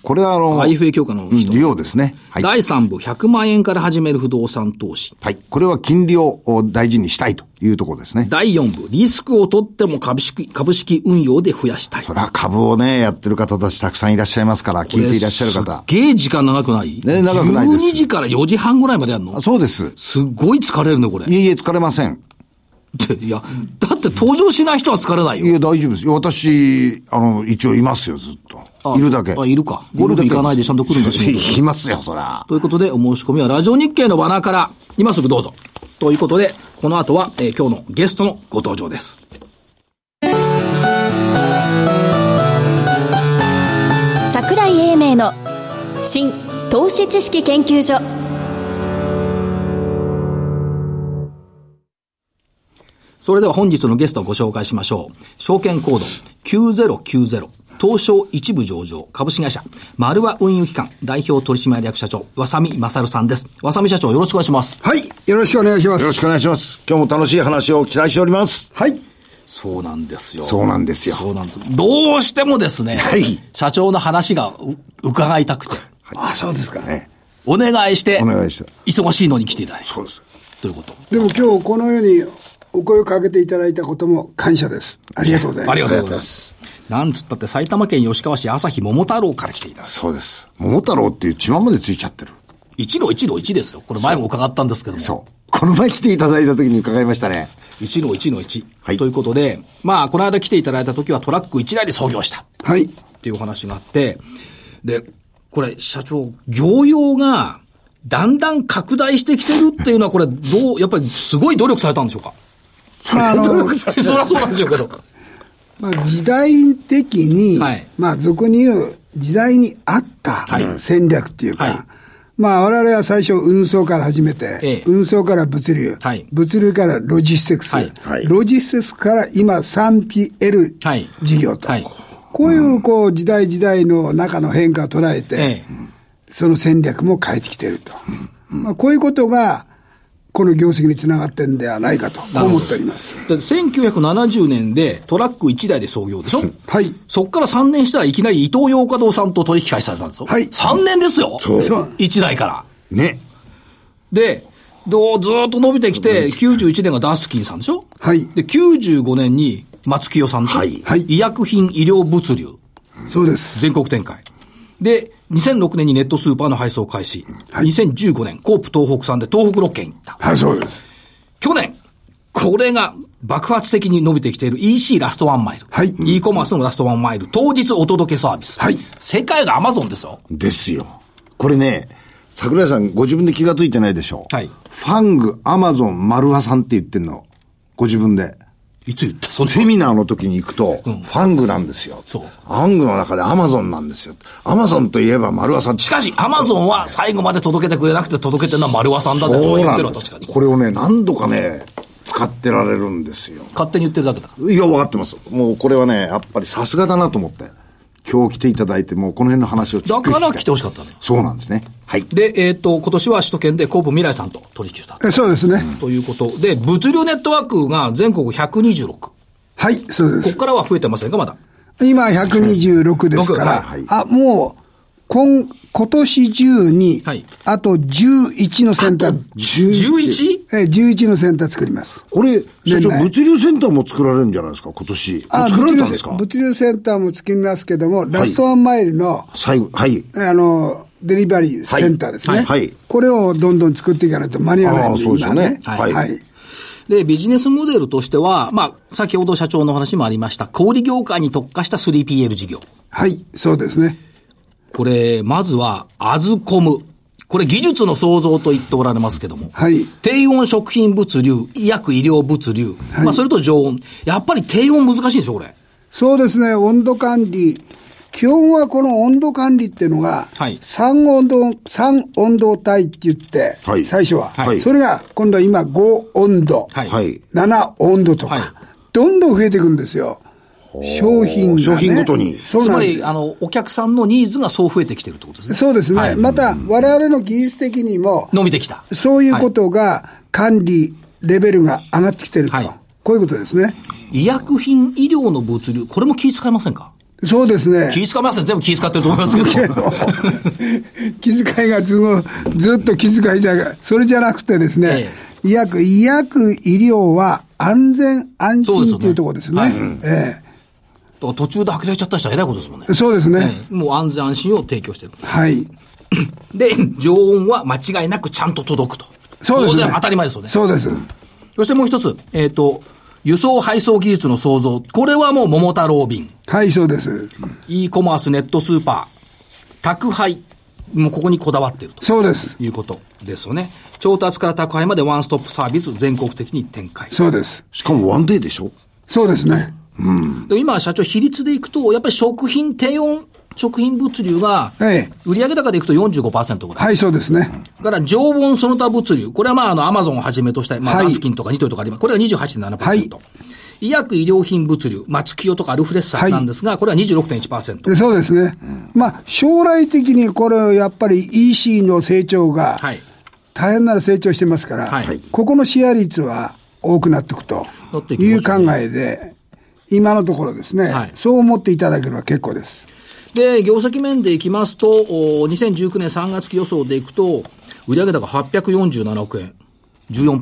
Speaker 3: これはあの、
Speaker 1: IFA 強化の
Speaker 3: うん
Speaker 1: 人。
Speaker 3: 利用ですね。はい。
Speaker 1: 第3部100万円から始める不動産投資。
Speaker 3: はい。これは金利をお大事にしたいというところですね。
Speaker 1: 第4部、リスクを取っても株式、株式運用で増やしたい。
Speaker 3: それは株をね、やってる方たちたくさんいらっしゃいますから、聞いていらっしゃる方。
Speaker 1: すっげえ時間長くない
Speaker 3: ね長くないです
Speaker 1: 12時から4時半ぐらいまでやるの
Speaker 3: あそうです。
Speaker 1: すっごい疲れるね、これ。
Speaker 3: いえいえ、疲れません。
Speaker 1: いや、だって登場しない人は疲れないよ
Speaker 3: い。や、大丈夫ですよ。私、あの、一応いますよ、ずっ
Speaker 1: あ
Speaker 3: と。いるだけ。
Speaker 1: あいるかゴルフ行かないでちゃんと来るんだ仕事
Speaker 3: いいますよ、そら。
Speaker 1: ということで、お申し込みはラジオ日経のバナーから、今すぐどうぞ。ということで、この後は、えー今日のゲストのご登場です。
Speaker 2: 桜井英明の新投資知識研究所
Speaker 1: それでは本日のゲストをご紹介しましょう。証券コード9090東証一部上場、株式会社、丸和運輸機関、代表取締役社長、わさみまさるさんです。わさみ社長、よろしくお願いします。
Speaker 4: はい。よろしくお願いします。
Speaker 3: よろしくお願いします。今日も楽しい話を期待しております。
Speaker 4: はい。
Speaker 1: そうなんですよ。
Speaker 3: そうなんですよ
Speaker 1: そうなんです。どうしてもですね、
Speaker 3: い
Speaker 1: 社長の話がう伺いたくて、
Speaker 4: ああ、そうですか。
Speaker 3: ね。
Speaker 1: お願いして、
Speaker 3: お願いして
Speaker 1: 忙しいのに来ていただいた
Speaker 3: そうです。
Speaker 1: ということ。
Speaker 4: でも今日このようにお声をかけていただいたことも感謝です。ありがとうございます。
Speaker 1: ありがとうございます。なんつったって埼玉県吉川市朝日桃太郎から来ていただいた。
Speaker 3: そうです。桃太郎っていう血ままでついちゃってる。
Speaker 1: 一の一の一ですよ。これ前も伺ったんですけども。
Speaker 3: そう。この前来ていただいた時に伺いましたね。
Speaker 1: 一の一の一。
Speaker 3: はい
Speaker 1: ということで、まあ、この間来ていただいた時はトラック1台で創業した。
Speaker 4: はい。
Speaker 1: っていうお話があって、で、これ、社長、業用が、だんだん拡大してきてるっていうのは、これ、どう、やっぱりすごい努力されたんでしょうか
Speaker 4: まあ、あの、
Speaker 1: そりゃそうなんでしょうけど。
Speaker 4: まあ、時代的に、
Speaker 1: はい
Speaker 4: まあ、俗に言う時代に合った
Speaker 1: はい
Speaker 4: 戦略っていうか、
Speaker 1: はい
Speaker 4: まあ、我々は最初運送から始めて、
Speaker 1: ええ
Speaker 4: 運送から物流、
Speaker 1: はい
Speaker 4: 物流からロジスティクス、
Speaker 1: はい
Speaker 3: はい
Speaker 4: ロジスティクスから今 3PL
Speaker 1: はい
Speaker 4: 事業と、
Speaker 1: はい
Speaker 4: こういうこう時代時代の中の変化を捉えて、
Speaker 1: ええ。
Speaker 4: その戦略も変えてきてると。まあ、こういうことが、この業績につながってんではないかと、こう思っております。
Speaker 1: で1970年でトラック1台で創業でしょ
Speaker 4: はい。
Speaker 1: そっから3年したらいきなり伊東洋華堂さんと取引開始されたんですよ。
Speaker 4: はい
Speaker 1: 3年ですよ。
Speaker 3: そう
Speaker 4: そう
Speaker 1: 1台から。
Speaker 3: ね。
Speaker 1: で、どうずーっと伸びてきて、91年がダスキンさんでしょ
Speaker 4: はい
Speaker 1: で、95年に松清さんでしょ
Speaker 3: はい
Speaker 4: はい
Speaker 1: 医薬品医療物流、
Speaker 4: そうです。
Speaker 1: 全国展開。で、2006年にネットスーパーの配送開始。
Speaker 4: はい
Speaker 1: 2015年、コープ東北さんで東北6県行った。
Speaker 4: はい、そうです。
Speaker 1: 去年、これが爆発的に伸びてきている EC ラストワンマイル。
Speaker 4: はい
Speaker 1: e コマースのラストワンマイル。当日お届けサービス。
Speaker 4: はい
Speaker 1: 世界がアマゾンですよ。
Speaker 3: ですよ。これね、桜井さんご自分で気がついてないでしょ
Speaker 1: はい
Speaker 3: ファング、アマゾン、マルハさんって言ってんの。ご自分で。
Speaker 1: いつ言ったそんな
Speaker 3: セミナーの時に行くと、ファングなんですよ。
Speaker 1: そう
Speaker 3: ファングの中でアマゾンなんですよ。アマゾンといえば丸和さん。
Speaker 1: しかし、アマゾンは最後まで届けてくれなくて届けてるのは丸和さんだって、そう言ってるわ、確かに。
Speaker 3: これをね、何度かね、使ってられるんですよ。
Speaker 1: 勝手に言ってるだけだから。
Speaker 3: いや、分かってます。もうこれはね、やっぱりさすがだなと思って。今日来ていただいて、もうこの辺の話を
Speaker 1: だから来てほし
Speaker 3: か
Speaker 1: かったのよ。
Speaker 3: そうなんですね。はい。
Speaker 1: で、えっ、と、今年は首都圏でコープ未来さんと取引した。
Speaker 4: えそうですね。
Speaker 1: ということで、物流ネットワークが全国126。こ
Speaker 4: はい、そうで
Speaker 1: こ
Speaker 4: す。
Speaker 1: からは増えてませんか、まだ。
Speaker 4: 今、126ですから、
Speaker 3: はいはい
Speaker 4: あ、もう、今、今年中に、
Speaker 1: はい
Speaker 4: あと11のセンター、
Speaker 1: 11?
Speaker 4: え11のセンター作ります。
Speaker 3: これ、社長、
Speaker 4: 年内
Speaker 3: 物流センターも作られるんじゃないですか、今年。作られたんですか
Speaker 4: 物流物流センターも作りますけども、ラストワンマイルの、
Speaker 3: 最後、はい。
Speaker 4: あの、デリバリーセンターですね。
Speaker 3: はいはい
Speaker 4: これをどんどん作っていかないと間に合わないん
Speaker 3: ああそうですよね
Speaker 4: 今
Speaker 3: はい
Speaker 4: はい。
Speaker 1: で、ビジネスモデルとしては、まあ、先ほど社長の話もありました、小売業界に特化した 3PL 事業。
Speaker 4: はい、そうですね。
Speaker 1: これ、まずは、アズコム。これ技術の創造と言っておられますけども。
Speaker 4: はい
Speaker 1: 低温食品物流、医薬医療物流。まあ、それと常温。やっぱり低温難しいんでしょ、これ。
Speaker 4: そうですね、温度管理。基本はこの温度管理っていうのが、
Speaker 1: はい
Speaker 4: 三温度、三温度帯って言って、
Speaker 3: はい
Speaker 4: 最初は、
Speaker 3: はい
Speaker 4: それが今度は今5温度、
Speaker 1: はい
Speaker 3: はい。
Speaker 4: 7温度とか、
Speaker 1: はい
Speaker 4: どんどん増えていくんですよ。商品が、ね。
Speaker 3: 商品ごとに
Speaker 4: そう
Speaker 1: つ
Speaker 4: なん
Speaker 1: ま
Speaker 4: です
Speaker 1: り、あの、お客さんのニーズがそう増えてきてるってことですね。
Speaker 4: そうですね。また、我々の技術的にも、
Speaker 1: 伸びてきた。
Speaker 4: そういうことが、管理レベルが上がってきてると。
Speaker 1: はい
Speaker 4: こういうことですね。
Speaker 1: 医薬品医療の物流、これも気使いませんか
Speaker 4: そうですね。
Speaker 1: 気使いません。全部気使ってると思いますけど。
Speaker 4: 気遣いがずっとずっと気遣いだが、それじゃなくてですね
Speaker 1: え、
Speaker 4: 医薬、医薬医療は安全安
Speaker 1: そうですよね
Speaker 4: 心というところですね。
Speaker 1: はい
Speaker 4: え
Speaker 1: だから途中で呆れちゃった人は偉いことですもんね
Speaker 4: え。そうですね。
Speaker 1: ええもう安全安心を提供してる。
Speaker 4: はい。
Speaker 1: で、常温は間違いなくちゃんと届くと。
Speaker 4: そうですね。
Speaker 1: 当然当たり前ですよね。
Speaker 4: そうです。
Speaker 1: そしてもう一つ、えっ、と、輸送配送技術の創造。これはもう桃太郎便。
Speaker 4: はい、そうです。
Speaker 1: e コマースネットスーパー。宅配。もうここにこだわっていると
Speaker 4: そうです。
Speaker 1: いうことですよね。調達から宅配までワンストップサービス全国的に展開。
Speaker 4: そうです。
Speaker 3: しかもワンデーでしょ
Speaker 4: そうですね。
Speaker 1: で今、社長、比率でいくと、やっぱり食品、低温食品物流が、
Speaker 4: ええ
Speaker 1: 売上高でいくと45%ぐらい。
Speaker 4: はい、そうですね。
Speaker 1: だから、常温その他物流。これはまあ、あの、アマゾンをはじめとした、まあ、
Speaker 4: はい
Speaker 1: ダスキンとかニトリとかあります。これが28.7%。
Speaker 4: はい
Speaker 1: 医薬医療品物流、まあ、月夜とかアルフレッサーなんですが、これは26.1%。
Speaker 4: でそうですね、まあ、将来的にこれ、やっぱり EC の成長が、
Speaker 1: はい。
Speaker 4: 大変なら成長してますから、
Speaker 1: はい
Speaker 4: ここのシェア率は多くなっていくと
Speaker 1: なっていき
Speaker 4: い
Speaker 1: ま
Speaker 4: う
Speaker 1: す
Speaker 4: 考
Speaker 1: よね
Speaker 4: えで、今のところですね、
Speaker 1: はい
Speaker 4: そう思っていただければ結構です。
Speaker 1: で、業績面でいきますと、お2019年3月期予想でいくと、売上高847億円。14%。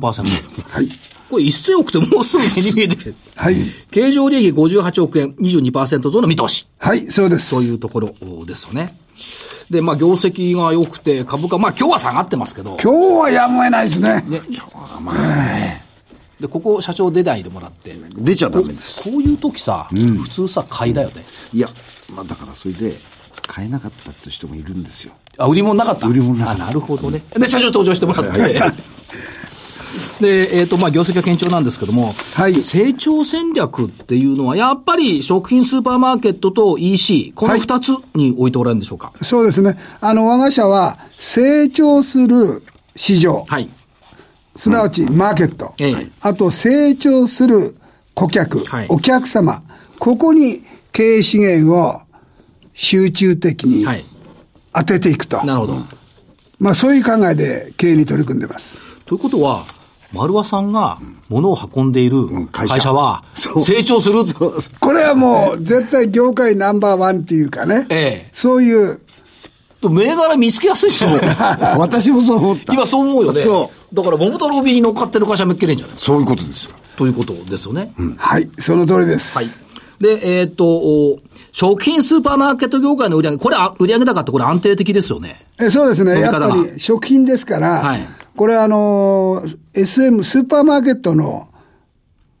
Speaker 4: はい。
Speaker 1: これ1000億ってもうすぐ目に見えてくる。
Speaker 4: はい。
Speaker 1: 経常利益58億円、22%増の見通し。
Speaker 4: はい、そうです。
Speaker 1: というところですよね。で、まあ、業績が良くて、株価、まあ、今日は下がってますけど、
Speaker 4: 今日はやむを得ないですね。
Speaker 1: ね、で、ここ、社長出ないでもらって、
Speaker 3: 出ちゃダメです。
Speaker 1: こういう時さ、普通さ、買いだよね。
Speaker 3: いや、まあだからそれで、買えなかったって人もいるんですよ。
Speaker 1: あ、売り物なかった
Speaker 3: 売り物なかった
Speaker 1: あ、なるほどね。で、社長登場してもらって。 で、えっ、と、まあ、業績は堅調なんですけども、
Speaker 4: はい
Speaker 1: 成長戦略っていうのは、やっぱり食品スーパーマーケットと EC、この
Speaker 4: はい
Speaker 1: 2つに置いておられるんでしょうか。
Speaker 4: そうですね。あの、我が社は成長する市場、
Speaker 1: はい。
Speaker 4: すなわちマーケット、
Speaker 1: ええ
Speaker 4: あと成長する顧客、
Speaker 1: はい
Speaker 4: お客様、ここに経営資源を集中的に
Speaker 1: はい。
Speaker 4: 当てていくと。
Speaker 1: なるほど。
Speaker 4: まあそういう考えで経営に取り組んでます。
Speaker 1: ということは、丸和さんが物を運んでいる
Speaker 3: ん会社
Speaker 1: 会社は、
Speaker 3: そう
Speaker 1: 成長する。
Speaker 4: これはもう絶対業界ナンバーワンっていうかね、
Speaker 1: ええ
Speaker 4: そういう、
Speaker 1: と銘柄見つけやすいじゃん。
Speaker 3: 私もそう思った。
Speaker 1: 今そう思うよね。
Speaker 3: そ。
Speaker 1: だから、桃太郎便に乗っかってる会社めっけれんじゃないう
Speaker 3: そういうことですよ。
Speaker 1: ということですよね。
Speaker 4: はい、その通りです。
Speaker 1: はい。で、えーっと、お食品スーパーマーケット業界の売上これ、あ売上高ってこれ安定的ですよね。
Speaker 4: えそうですね、
Speaker 1: 飲み
Speaker 4: やっ
Speaker 1: 方が
Speaker 4: ぱり食品ですから、
Speaker 1: はい
Speaker 4: これあのー、SM、スーパーマーケットの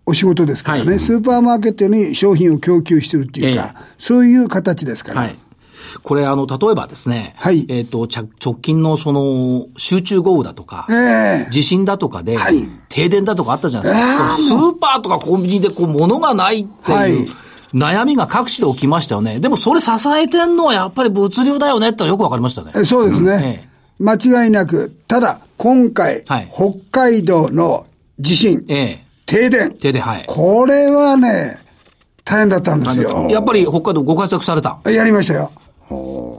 Speaker 4: お仕事ですからね、
Speaker 1: はい
Speaker 4: スーパーマーケットに商品を供給してるっていう
Speaker 1: え
Speaker 4: か、そういう形ですから、
Speaker 1: はい。これ、あの、例えばですね。
Speaker 4: はい
Speaker 1: えーっと、ちゃ直近のその、集中豪雨だとか。
Speaker 4: ええ
Speaker 1: 地震だとかで、
Speaker 4: はい
Speaker 1: 停電だとかあったじゃないですか。スーパーとかコンビニでこう物がないって
Speaker 4: はいいう
Speaker 1: 悩みが各地で起きましたよね。でもそれ支えてんのはやっぱり物流だよねってのはよくわかりましたね。
Speaker 4: えそうです
Speaker 1: うん
Speaker 4: ね
Speaker 1: え、
Speaker 4: 間違いなく、ただ、今回、
Speaker 1: はい
Speaker 4: 北海道の地震、
Speaker 1: ええ。
Speaker 4: 停電、
Speaker 1: 停電、はい。
Speaker 4: これはね、大変だったんですよ。
Speaker 1: やっぱり北海道ご活躍された。
Speaker 4: やりましたよ。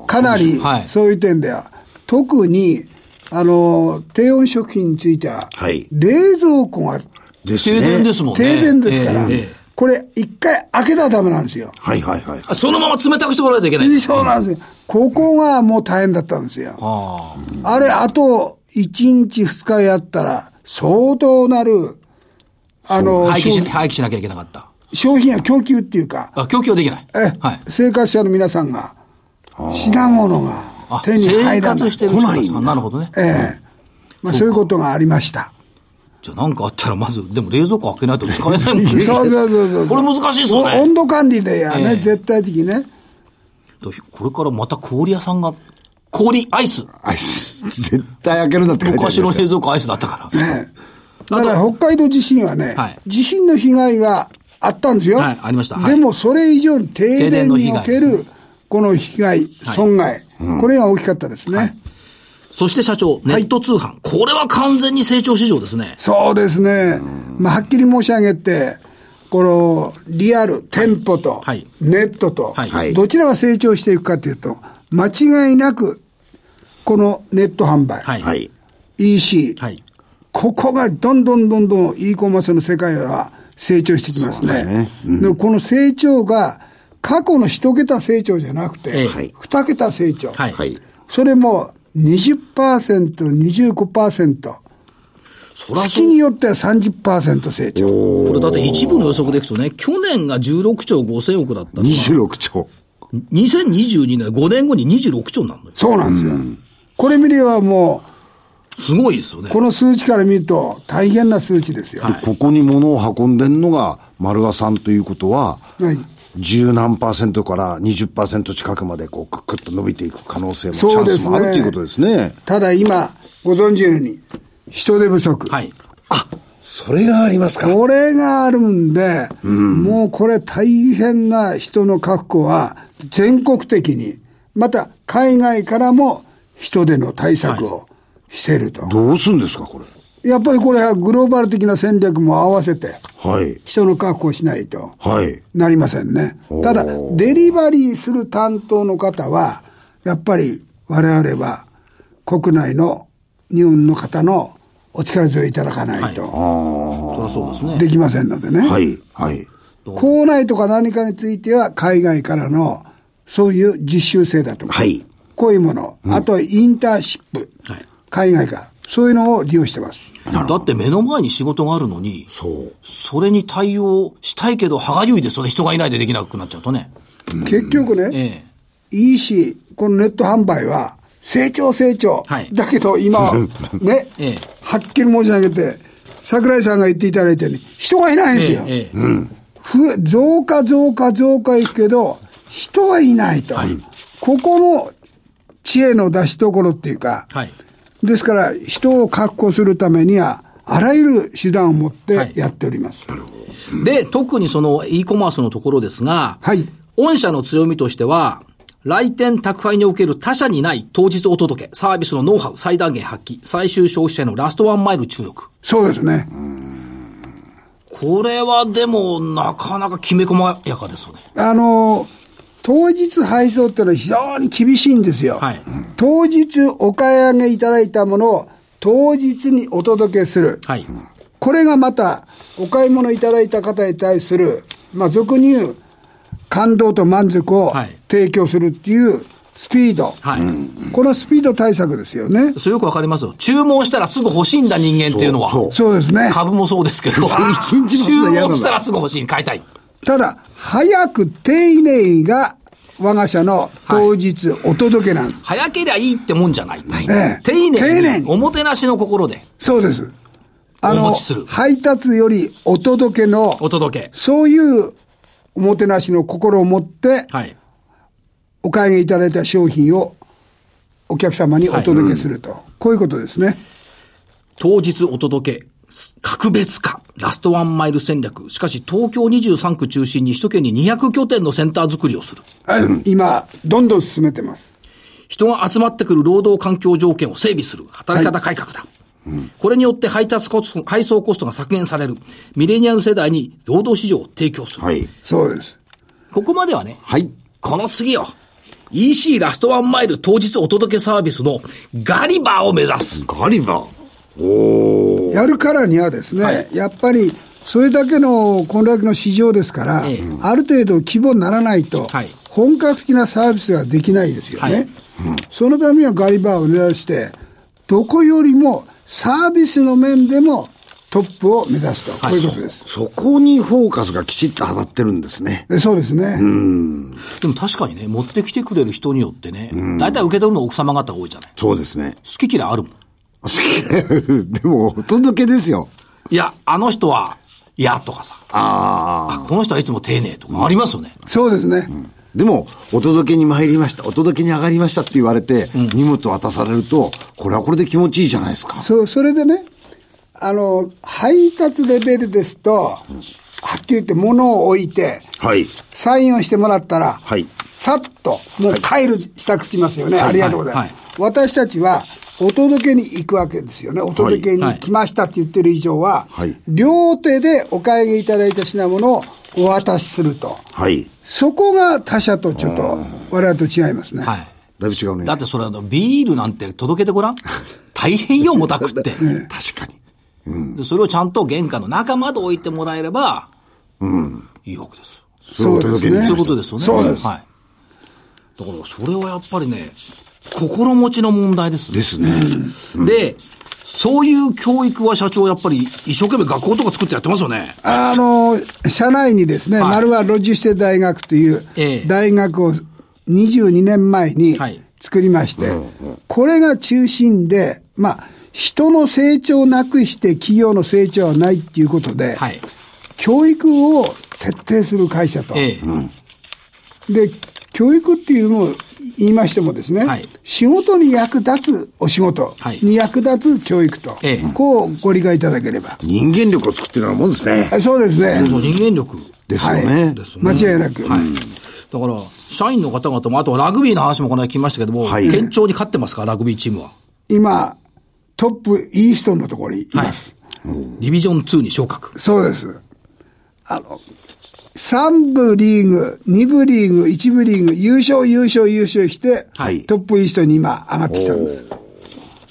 Speaker 4: かなり
Speaker 1: はい、
Speaker 4: そういう点では、特に、あの、低温食品については、
Speaker 3: はい
Speaker 4: 冷蔵庫が
Speaker 3: です
Speaker 1: 停
Speaker 3: ね。
Speaker 1: 電ですもんね。
Speaker 4: 停電ですから、
Speaker 1: ええええ
Speaker 4: これ一回開けたらダメなんですよ。
Speaker 3: はいはいはい。
Speaker 1: あそのまま冷たくしてもらわないといけない。
Speaker 4: そうなんですよ。ここがもう大変だったんですよ。
Speaker 1: ああ。
Speaker 4: あれ、あと1日2日やったら、相当なる、あの、
Speaker 1: 廃棄
Speaker 4: 商
Speaker 1: し、廃棄しなきゃいけなかった。
Speaker 4: 商品や供給っていうか、
Speaker 1: あ、供給はできない。
Speaker 4: え、
Speaker 1: はい。
Speaker 4: 生活者の皆さんが、品物が
Speaker 1: あ、
Speaker 4: 手に入
Speaker 1: 生
Speaker 4: らない。
Speaker 1: 活してる人たちかなるほどね。
Speaker 4: ええまあ、そういうことがありました。
Speaker 1: じゃあなんかあったらまず、でも冷蔵庫開けないと使えないもんね。
Speaker 4: そうそうそうそう。
Speaker 1: これ難しいですよ
Speaker 4: お温
Speaker 1: ね。
Speaker 4: 度管理でやね、
Speaker 1: ええ
Speaker 4: 絶対的にね。
Speaker 1: これからまた氷屋さんが、氷、アイス。
Speaker 3: あいつ絶対開けるなって書いてありま
Speaker 1: 昔の
Speaker 3: した
Speaker 1: 冷
Speaker 3: よ。
Speaker 1: 蔵庫アイスだった から。
Speaker 4: ええだから北海道地震はね、
Speaker 1: はい
Speaker 4: 地震の被害があったんですよ。
Speaker 1: はいありましたはい
Speaker 4: でもそれ以上に停
Speaker 1: 停電
Speaker 4: 電
Speaker 1: の
Speaker 4: に
Speaker 1: 被
Speaker 4: お
Speaker 1: 害
Speaker 4: け
Speaker 1: ですね
Speaker 4: る、この被害、
Speaker 1: はい
Speaker 4: 損害、これが大きかったですね。
Speaker 1: そして社長、ネット通販。これは完全に成長市場ですね。
Speaker 4: そうですね、まあ、はっきり申し上げて、このリアル、店舗と
Speaker 1: はい、
Speaker 4: ネットと、
Speaker 1: はい
Speaker 4: どちらが成長していくかというと、間違いなく、このネット販売、
Speaker 1: はい。
Speaker 3: は
Speaker 1: はい。
Speaker 3: い。
Speaker 4: EC、
Speaker 1: はい。
Speaker 4: ここがどんどんどんどん e コマースの世界は成長してきますね。
Speaker 3: そうですね
Speaker 4: でこの成長が、過去の一桁成長じゃなく
Speaker 1: え
Speaker 4: て
Speaker 1: え、
Speaker 4: 二桁成長、
Speaker 1: はい
Speaker 3: はい。
Speaker 4: それも20%、25%。
Speaker 1: そらそ
Speaker 4: 月
Speaker 1: う。
Speaker 4: によっては30%成長。
Speaker 1: これだって一部の予測でいくとね、去年が16兆5000億だったのが、
Speaker 3: 26兆。
Speaker 1: 2022年、5年後に26兆になるのよ。
Speaker 4: そうなんですよ。これ見ればも
Speaker 1: すごいですよね
Speaker 4: う、。この数値から見ると大変な数値ですよ。
Speaker 3: ここに物を運んでんのが丸和さんということは、
Speaker 4: はい
Speaker 3: 十何パーセントから20%近くまでこうクックッと伸びていく可能性も、チ
Speaker 4: そ
Speaker 3: ャ
Speaker 4: う
Speaker 3: ン
Speaker 4: ですね
Speaker 3: スもあるということですね。
Speaker 4: ただ今、ご存知のように、人手不足。
Speaker 1: はい。
Speaker 3: それがありますか。
Speaker 4: これがあるんで、もうこれ大変な人の確保は全国的に、また海外からも人手の対策をしてると。
Speaker 3: どうすんですか、これ。
Speaker 4: い、やっぱりこれはグローバル的な戦略も合わせて、
Speaker 3: はい。
Speaker 4: 人の確保しないと
Speaker 3: はい。
Speaker 4: なりませんね。ただ、デリバリーする担当の方は、やっぱり我々は国内の日本の方のお力添えいただかないと
Speaker 1: そりゃそうですね。
Speaker 4: できませんのでね。
Speaker 3: はい。はい。
Speaker 4: 校内とか何かについては海外からのそういう実習生だとか、
Speaker 3: はい
Speaker 4: こういうもの、あとはインターンシップ、
Speaker 1: はい
Speaker 4: 海外から、そういうのを利用してます。
Speaker 1: だって目の前に仕事があるのに、
Speaker 3: そう。
Speaker 1: それに対応したいけど、歯がゆいですよね。人がいないでできなくなっちゃうとね。
Speaker 4: 結局ね、
Speaker 1: ええ。
Speaker 4: いいし、このネット販売は、成長成長。
Speaker 1: はい
Speaker 4: だけ ど今は、ね、
Speaker 1: ええ
Speaker 4: はっきり申し上げて、桜井さんが言っていただいたように、人がいないんですよ。
Speaker 1: ええええ
Speaker 4: ふ増加増加増加いくけど、人はいないと。ここの知恵の出しどころっていうか、
Speaker 1: はい。
Speaker 4: ですから人を確保するためには、あらゆる手段を持っ
Speaker 1: はい
Speaker 4: てやっております。はい。
Speaker 1: で、特にその e コマースのところですが、御社の強みとしては、来店宅配における他社にない当日お届け、サービスのノウハウ最大限発揮、最終消費者へのラストワンマイル注力。
Speaker 4: そうですね。
Speaker 1: これはでも、なかなかきめ細やかですよね。
Speaker 4: あの、当日配送っていうのは非常に厳しいんですよ。
Speaker 1: はい
Speaker 4: 当日お買い上げいただいたものを当日にお届けする。
Speaker 1: はい。
Speaker 4: これがまた、お買い物いただいた方に対する、まあ、俗に言う、感動と満足を
Speaker 1: はい
Speaker 4: 提供するっていうスピード。
Speaker 1: はい。
Speaker 4: このスピード対策ですよね。
Speaker 1: それよくわかりますよ。注文したらすぐ欲しいんだ人間っていうのは。
Speaker 3: そう
Speaker 4: そうですね。
Speaker 1: 株もそうですけど、
Speaker 3: そう一日もそ
Speaker 1: 注
Speaker 3: んな嫌なの
Speaker 1: 文したらすぐ欲しい、買いたい。
Speaker 4: ただ、早く丁寧にが我が社の当日お届けなんです。
Speaker 1: 早けりゃいいってもんじゃない。
Speaker 4: ええ
Speaker 1: 丁寧に
Speaker 4: 丁寧に
Speaker 1: おもてなしの心で
Speaker 4: そうです。
Speaker 1: お持ちする
Speaker 4: 配達よりお届けの、
Speaker 1: お届け。
Speaker 4: そういうおもてなしの心を持って、
Speaker 1: はい。
Speaker 4: お買い上げいただいた商品をお客様にお届けすると。こういうことですね。
Speaker 1: 当日お届け、格別化、ラストワンマイル戦略。しかし、東京23区中心に首都圏に200拠点のセンター作りをする。
Speaker 4: 今、どんどん進めてます。
Speaker 1: 人が集まってくる労働環境条件を整備する。働き方改革だ。これによって配達コスト、配送コストが削減される。ミレニアル世代に労働市場を提供する。
Speaker 3: はい。
Speaker 4: そうです。
Speaker 1: ここまではね、
Speaker 3: はい。
Speaker 1: この次よ。EC ラストワンマイル当日お届けサービスのガリバーを目指す。
Speaker 3: ガリバー。おー。
Speaker 4: やるからにはですね、やっぱり、それだけのこれだけの市場ですから、
Speaker 1: ええ
Speaker 4: ある程度の規模にならないと、
Speaker 1: はい
Speaker 4: 本格的なサービスができないですよね。
Speaker 1: はい
Speaker 4: そのためにはガリバーを目指して、どこよりもサービスの面でもトップを目指すと、こういうことです。
Speaker 3: そこにフォーカスがきちっと当たってるんですね。
Speaker 4: でそうですね。
Speaker 1: でも確かにね、持ってきてくれる人によってね、大体受け取るの奥様方が多いじゃない。
Speaker 3: そうですね。
Speaker 1: 好き嫌いあるもん。
Speaker 3: でも、お届けですよ。
Speaker 1: いや、あの人は、いやとかさ、
Speaker 3: ああ。
Speaker 1: あ、この人はいつも丁寧とかありますよね。
Speaker 4: そうですね。
Speaker 3: でも、お届けに参りました、お届けに上がりましたって言われて、荷物渡されると、これはこれで気持ちいいじゃないですか。
Speaker 4: そう、それでね、あの、配達レベルですと、はっきり言って物を置いて、
Speaker 3: はい。
Speaker 4: サインをしてもらったら、
Speaker 3: はい
Speaker 4: さっと、もう帰る支度しますよね。
Speaker 1: い
Speaker 4: ありがとうございます。私たちは、お届けに行くわけですよね。お届けに来ましたって言ってる以上は、
Speaker 3: はい
Speaker 4: 両手でお買い上げいただいた品物をお渡しすると。
Speaker 3: はい。
Speaker 4: そこが他社とちょっと、我々と違いますね。
Speaker 1: はい。
Speaker 3: だいぶ違うね。
Speaker 1: だってそれあの、ビールなんて届けてご らん。大変よ、もたくって。
Speaker 3: 確かに。
Speaker 1: でそれをちゃんと玄関の中まで置いてもらえれば、うん。いいわけです。
Speaker 4: そうですね
Speaker 1: そういうことですよね。
Speaker 4: そうです
Speaker 1: はい。だから、それはやっぱりね、心持ちの問題です。
Speaker 3: ですね。
Speaker 1: で、そういう教育は社長、やっぱり一生懸命学校とか作ってやってますよね。
Speaker 4: あの、社内にですね、
Speaker 1: はい
Speaker 4: ナルワロジステ大学という
Speaker 1: ええ
Speaker 4: 大学を22年前に
Speaker 1: はい
Speaker 4: 作りまして、これが中心で、まあ、人の成長をなくして企業の成長はないっていうことで、
Speaker 1: はい。
Speaker 4: 教育を徹底する会社と。
Speaker 1: ええ。
Speaker 4: で、教育っていうのを言いましてもですね、
Speaker 1: はい
Speaker 4: 仕事に役立つお仕事
Speaker 1: はい
Speaker 4: に役立つ教育と、
Speaker 1: ええ
Speaker 4: こうご理解いただければ。
Speaker 3: 人間力を作ってるようなもんですね。
Speaker 4: あそうですね。
Speaker 1: そう人間力
Speaker 3: ですよね。
Speaker 1: ですよね。
Speaker 4: 間違いなく。
Speaker 1: はい。だから、社員の方々も、あとはラグビーの話もこの間聞きましたけども、
Speaker 3: はい
Speaker 1: 堅調に勝ってますか、ラグビーチームは。
Speaker 4: 今、トップいい人のところにいます。
Speaker 1: ディビジョン2に昇格。
Speaker 4: そうです。あの、3部リーグ、2部リーグ、1部リーグ、優勝、優勝、優勝して、
Speaker 1: はい
Speaker 4: トップいい人に今上がってきたんです。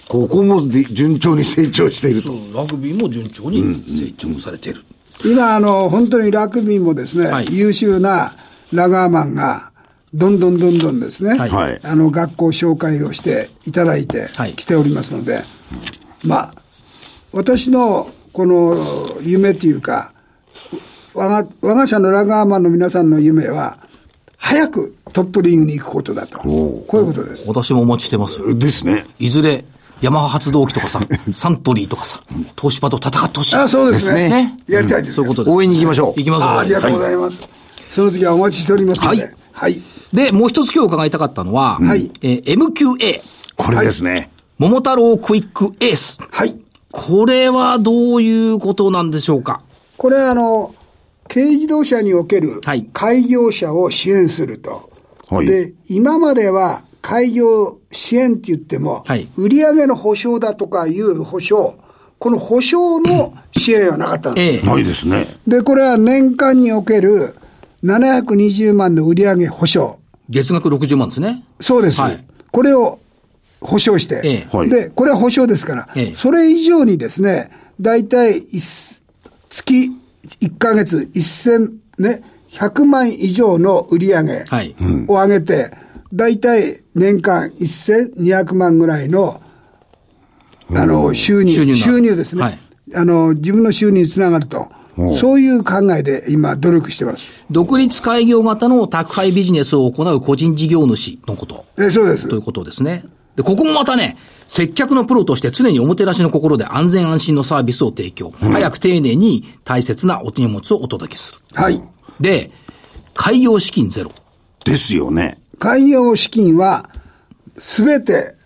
Speaker 3: ここもで順調に成長していると。
Speaker 1: ラグビーも順調に成長されている。
Speaker 4: 今、あの、本当にラグビーもですね、
Speaker 1: はい
Speaker 4: 優秀なラガーマンが、どんどんどんどんですね、
Speaker 1: はい
Speaker 3: はい
Speaker 4: あの、学校紹介をしていただいて
Speaker 1: はい
Speaker 4: 来ておりますので、まあ、私のこの夢というか、我が、我が社のラガーマンの皆さんの夢は、早くトップリーグに行くことだと。こういうことです。
Speaker 1: 私もお待ちしてますよ。
Speaker 3: ですね。
Speaker 1: いずれ、ヤマハ発動機とか さ、サントリーとかさ、東芝と戦ってほしい。
Speaker 4: あ、そうですね。
Speaker 3: です
Speaker 1: ね
Speaker 4: やりたいですね、
Speaker 1: そういうことです。
Speaker 3: 応援に行きましょう。
Speaker 1: 行きます
Speaker 4: あありがとうご
Speaker 1: は
Speaker 4: ざいます。その時はお待ちしておりますので。
Speaker 3: はい
Speaker 4: はい
Speaker 1: いで、もう一つ今日伺いたかったのは、
Speaker 4: はい
Speaker 1: えー MQA、
Speaker 3: これですね。
Speaker 1: 桃太郎クイックエース。
Speaker 4: はい。
Speaker 1: これはどういうことなんでしょうか
Speaker 4: これはあの、軽自動車における
Speaker 1: はい
Speaker 4: 開業者を支援すると。
Speaker 3: はい
Speaker 4: で、今までは開業支援って言っても、
Speaker 1: はい
Speaker 4: 売上の保証だとかいう保証、この保証の支援はなかったんです。
Speaker 1: ええ
Speaker 3: ないですね。
Speaker 4: で、これは年間における720万の売上保証。
Speaker 1: 月額60万ですね。
Speaker 4: そうです。
Speaker 1: はい
Speaker 4: これを保証して、
Speaker 1: え
Speaker 3: えはい
Speaker 4: で、これは保証ですから、
Speaker 1: ええ
Speaker 4: それ以上にですね、大体いっ月1ヶ月1000、ね、100万以上の売り上げ
Speaker 1: はい
Speaker 4: を上げて、大体年間1200万ぐらいの、あの、収入、
Speaker 1: 収入が
Speaker 4: ですね。
Speaker 1: はい
Speaker 4: あの、自分の収入につながると。そういう考えで今努力してます。
Speaker 1: 独立開業型の宅配ビジネスを行う個人事業主のこと。
Speaker 4: えそうです
Speaker 1: とい。うことですね。で、ここもまたね、接客のプロとして常におもてなしの心で安全安心のサービスを提供。早く丁寧に大切なお手荷物をお届けする。
Speaker 4: はい。
Speaker 1: で、開業資金ゼロ。
Speaker 3: ですよね。
Speaker 4: 開業資金は、すべて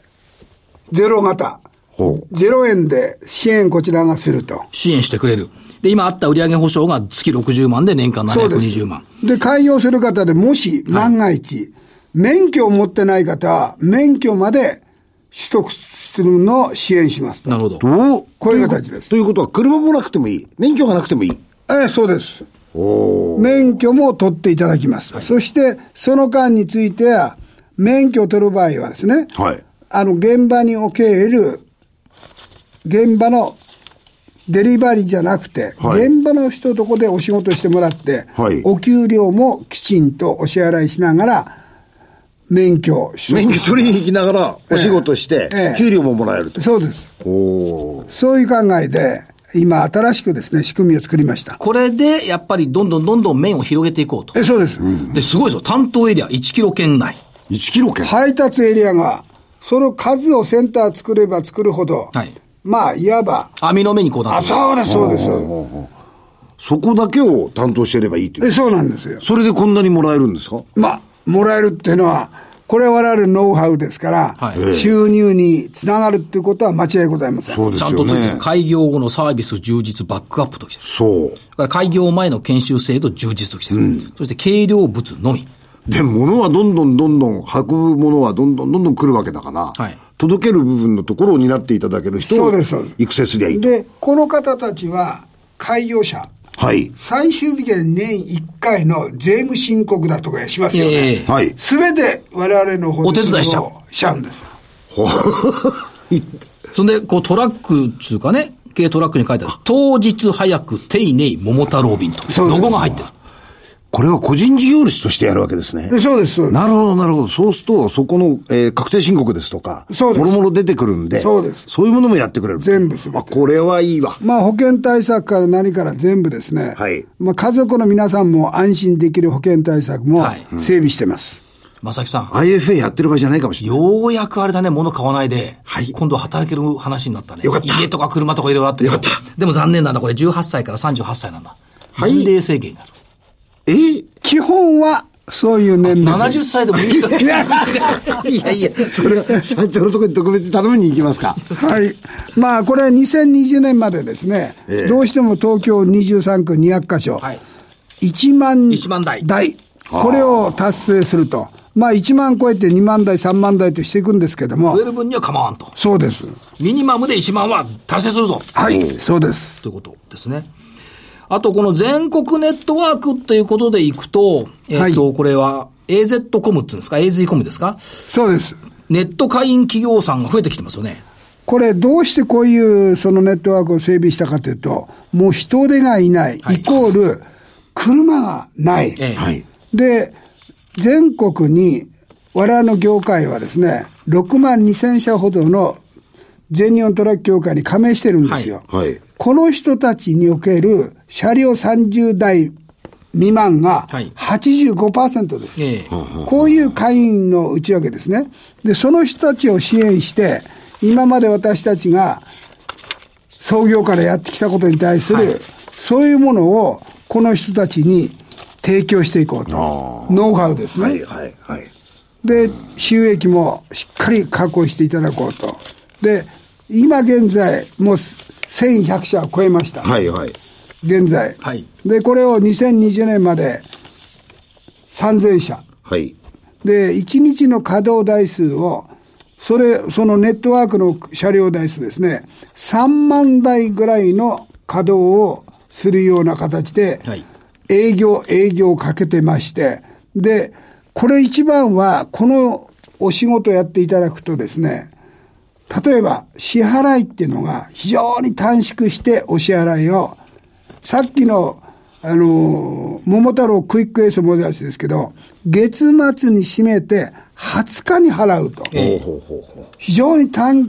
Speaker 4: ゼロ型、
Speaker 3: ほう。
Speaker 4: ゼロ円で支援こちらがすると。
Speaker 1: 支援してくれる。で、今あった売上保証が月60万で年間720万。
Speaker 4: で、開業する方でもし万が一、免許を持ってない方は、免許まで取得するのを支援しますと。
Speaker 1: なるほど。
Speaker 3: お
Speaker 4: こういう形です
Speaker 3: ということは、車もなくてもいい。免許がなくてもいい。
Speaker 4: ええ、そうです。
Speaker 3: おお。
Speaker 4: 免許も取っていただきます。そして、その間については、免許を取る場合はですね、
Speaker 3: はい。
Speaker 4: あの、現場における、現場のデリバリーじゃなくて、
Speaker 3: はい
Speaker 4: 現場の人とこでお仕事してもらって、
Speaker 3: はい
Speaker 4: お給料もきちんとお支払いしながら、免許を取得
Speaker 3: 免許取りに行きながら、お仕事して
Speaker 4: ええ、
Speaker 3: 給料ももらえると。
Speaker 4: そうです。
Speaker 3: おお。
Speaker 4: そういう考えで、今、新しくですね、仕組みを作りました。
Speaker 1: これで、やっぱりどんどんどんどん面を広げていこうと。
Speaker 4: えそうです、
Speaker 1: で、すごいですよ。担当エリア1キロ圏内。
Speaker 3: 1キロ圏。
Speaker 4: 配達エリアが、その数をセンター作れば作るほど、
Speaker 1: はい
Speaker 4: まあ、いわば、
Speaker 1: 網の目にこだわ
Speaker 4: あ、
Speaker 1: る。
Speaker 4: そうです、そうです。
Speaker 3: そこだけを担当していればいいとい
Speaker 4: え
Speaker 3: う。
Speaker 4: そうなんですよ。
Speaker 3: それでこんなにもらえるんですか
Speaker 4: まあ、もらえるっていうのは、これは我々のノウハウですから、
Speaker 1: はい
Speaker 4: 収入につながるっていうことは間違いございません。
Speaker 3: そうで
Speaker 1: ちゃ
Speaker 3: す
Speaker 1: んと
Speaker 3: よ
Speaker 1: ついて
Speaker 3: ね
Speaker 1: る。開業後のサービス充実バックアップときてる。
Speaker 3: そう。
Speaker 1: だから開業前の研修制度充実ときてる。そして軽量物のみ。
Speaker 3: で、物はどんどんどんどん、運ぶものはどんどんどんどん来るわけだから、
Speaker 1: はい
Speaker 3: 届ける部分のところを担っていただける人
Speaker 4: そう
Speaker 3: を
Speaker 4: ですそうです
Speaker 3: 育成すりゃいいと。
Speaker 4: で、この方たちは、開業者、
Speaker 3: はい。
Speaker 4: 最終日で年1回の税務申告だとかしますよ
Speaker 1: え
Speaker 4: ね
Speaker 1: え。
Speaker 3: はい。
Speaker 4: すべ、て我々の方
Speaker 1: お手伝いしちゃう
Speaker 4: しちゃうんです。
Speaker 1: そんで、こうトラックっていうかね、軽トラックに書いてある。当日早く丁寧桃太郎便と。
Speaker 4: そうで
Speaker 1: ロ
Speaker 4: す
Speaker 1: ゴが入ってる。
Speaker 3: これは個人事業主としてやるわけですね。
Speaker 4: でそうです、そうです。
Speaker 3: なるほど、なるほど。そうすると、そこの、えー確定申告ですとか、
Speaker 4: そうです
Speaker 3: もろもろ出てくるんで、
Speaker 4: そうです
Speaker 3: そういうものもやってくれる。
Speaker 4: 全部全て
Speaker 3: あ、これはいいわ。
Speaker 4: まあ保険対策から何から全部ですね、
Speaker 3: はい
Speaker 4: まあ家族の皆さんも安心できる保険対策も
Speaker 1: はい
Speaker 4: 整備してます。
Speaker 1: まさきさん。
Speaker 3: IFA やってる場合じゃないかもしれない。
Speaker 1: ようやくあれだね、物買わないで、
Speaker 3: はい
Speaker 1: 今度は働ける話になったね。
Speaker 3: よかった
Speaker 1: 家とか車とかいろいろあってよかった。でも残念なんだ、これ18歳から38歳なんだ。
Speaker 3: はい
Speaker 1: 年齢制限になる。
Speaker 3: えー
Speaker 4: 基本はそういう年齢
Speaker 1: 70歳でもい いから。
Speaker 3: いやいや、それは社長のところに特別に頼みに行きますか。
Speaker 4: はい。まあ、これ2020年までですね、
Speaker 3: ええ
Speaker 4: どうしても東京23区200カ所、
Speaker 1: はい。
Speaker 4: 1万
Speaker 1: 1万台
Speaker 4: 台これを達成すると。まあ1万超えて2万台、3万台としていくんですけども
Speaker 1: 増え、る分には構わんと。
Speaker 4: そうです。
Speaker 1: ミニマムで1万は達成するぞ
Speaker 4: はい、そうです。
Speaker 1: ということですね。あと、この全国ネットワークっていうことでいくと、えっ、と、
Speaker 4: は
Speaker 1: これは AZ コムっていうんですか ?AZ コムですか
Speaker 4: そうです。
Speaker 1: ネット会員企業さんが増えてきてますよね。
Speaker 4: これ、どうしてこういうそのネットワークを整備したかというと、もう人手がいない、
Speaker 1: はい
Speaker 4: イコール、車がない。
Speaker 1: ええ
Speaker 3: はい。
Speaker 4: で、全国に、我々の業界はですね、6万2000社ほどの全日本トラック協会に加盟してるんですよ。
Speaker 1: は
Speaker 3: はい。
Speaker 4: この人たちにおける車両30台未満が
Speaker 1: はい
Speaker 4: 85%です。
Speaker 1: ええ
Speaker 4: こういう会員の内訳ですね。で、その人たちを支援して、今まで私たちが創業からやってきたことに対する、
Speaker 1: はい
Speaker 4: そういうものをこの人たちに提供していこうと。ノウハウですね。
Speaker 3: はい、はい、はい。
Speaker 4: で、収益もしっかり確保していただこうと。で、今現在、もう1100社を超えました。
Speaker 3: はい、はい。
Speaker 4: 現在。
Speaker 1: はい
Speaker 4: で、これを2020年まで3000社。
Speaker 3: はい。
Speaker 4: で、1日の稼働台数を、それ、そのネットワークの車両台数ですね、3万台ぐらいの稼働をするような形で、
Speaker 1: はい
Speaker 4: 営業、営業をかけてまして、で、これ一番は、このお仕事をやっていただくとですね、例えば支払いっていうのが非常に短縮してお支払いを、さっきの、あのー桃太郎クイックエースモデルですけど、月末に締めて20日に払うと。
Speaker 1: ええ
Speaker 3: ほうほうほう。
Speaker 4: 非常に短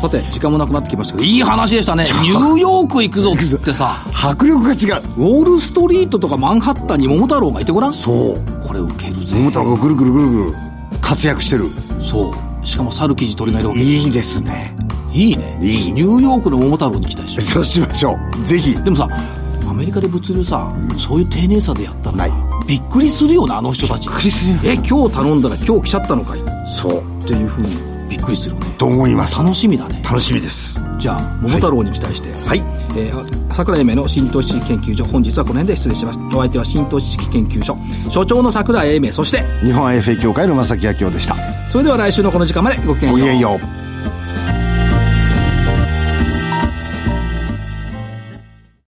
Speaker 1: さて時間もなくなってきましたけどいい話でしたねニューヨーク行くぞっつって さ
Speaker 3: 迫力が
Speaker 1: ウ
Speaker 3: 違う。
Speaker 1: ォールストリートとかマンハッタンに桃太郎がいてごらん
Speaker 3: そう。
Speaker 1: これウケるぜ
Speaker 3: 桃太郎がぐるぐるぐるぐる活躍してる。
Speaker 1: そうしかも猿記事取り替えるわけ
Speaker 3: いいですね。
Speaker 1: いいね
Speaker 3: いい
Speaker 1: ニューヨークの桃太郎に期待して
Speaker 3: そうしましょう。ぜひ。
Speaker 1: でもさアメリカで物流さ、そういう丁寧さでやったら
Speaker 3: な
Speaker 1: さ
Speaker 3: い
Speaker 1: びっくりするよなあの人たち
Speaker 3: びっくりするよ
Speaker 1: え今日頼んだら今日来ちゃったのかいっ
Speaker 3: そう。
Speaker 1: ていうふうにびっくりするよね
Speaker 3: と思います。
Speaker 1: 楽しみだね
Speaker 3: 楽しみです。
Speaker 1: じゃあ桃太郎に期待して、
Speaker 3: はい
Speaker 1: えー、桜井英明の新投資知識研究所本日はこの辺で失礼しますお相手は新投資知識研究所所長の桜井英明そして
Speaker 3: 日本 IFA 協会の正木明夫でした。
Speaker 1: それでは来週のこの時間までごきげん
Speaker 3: ご
Speaker 1: よ
Speaker 3: き
Speaker 1: う
Speaker 3: げんよう。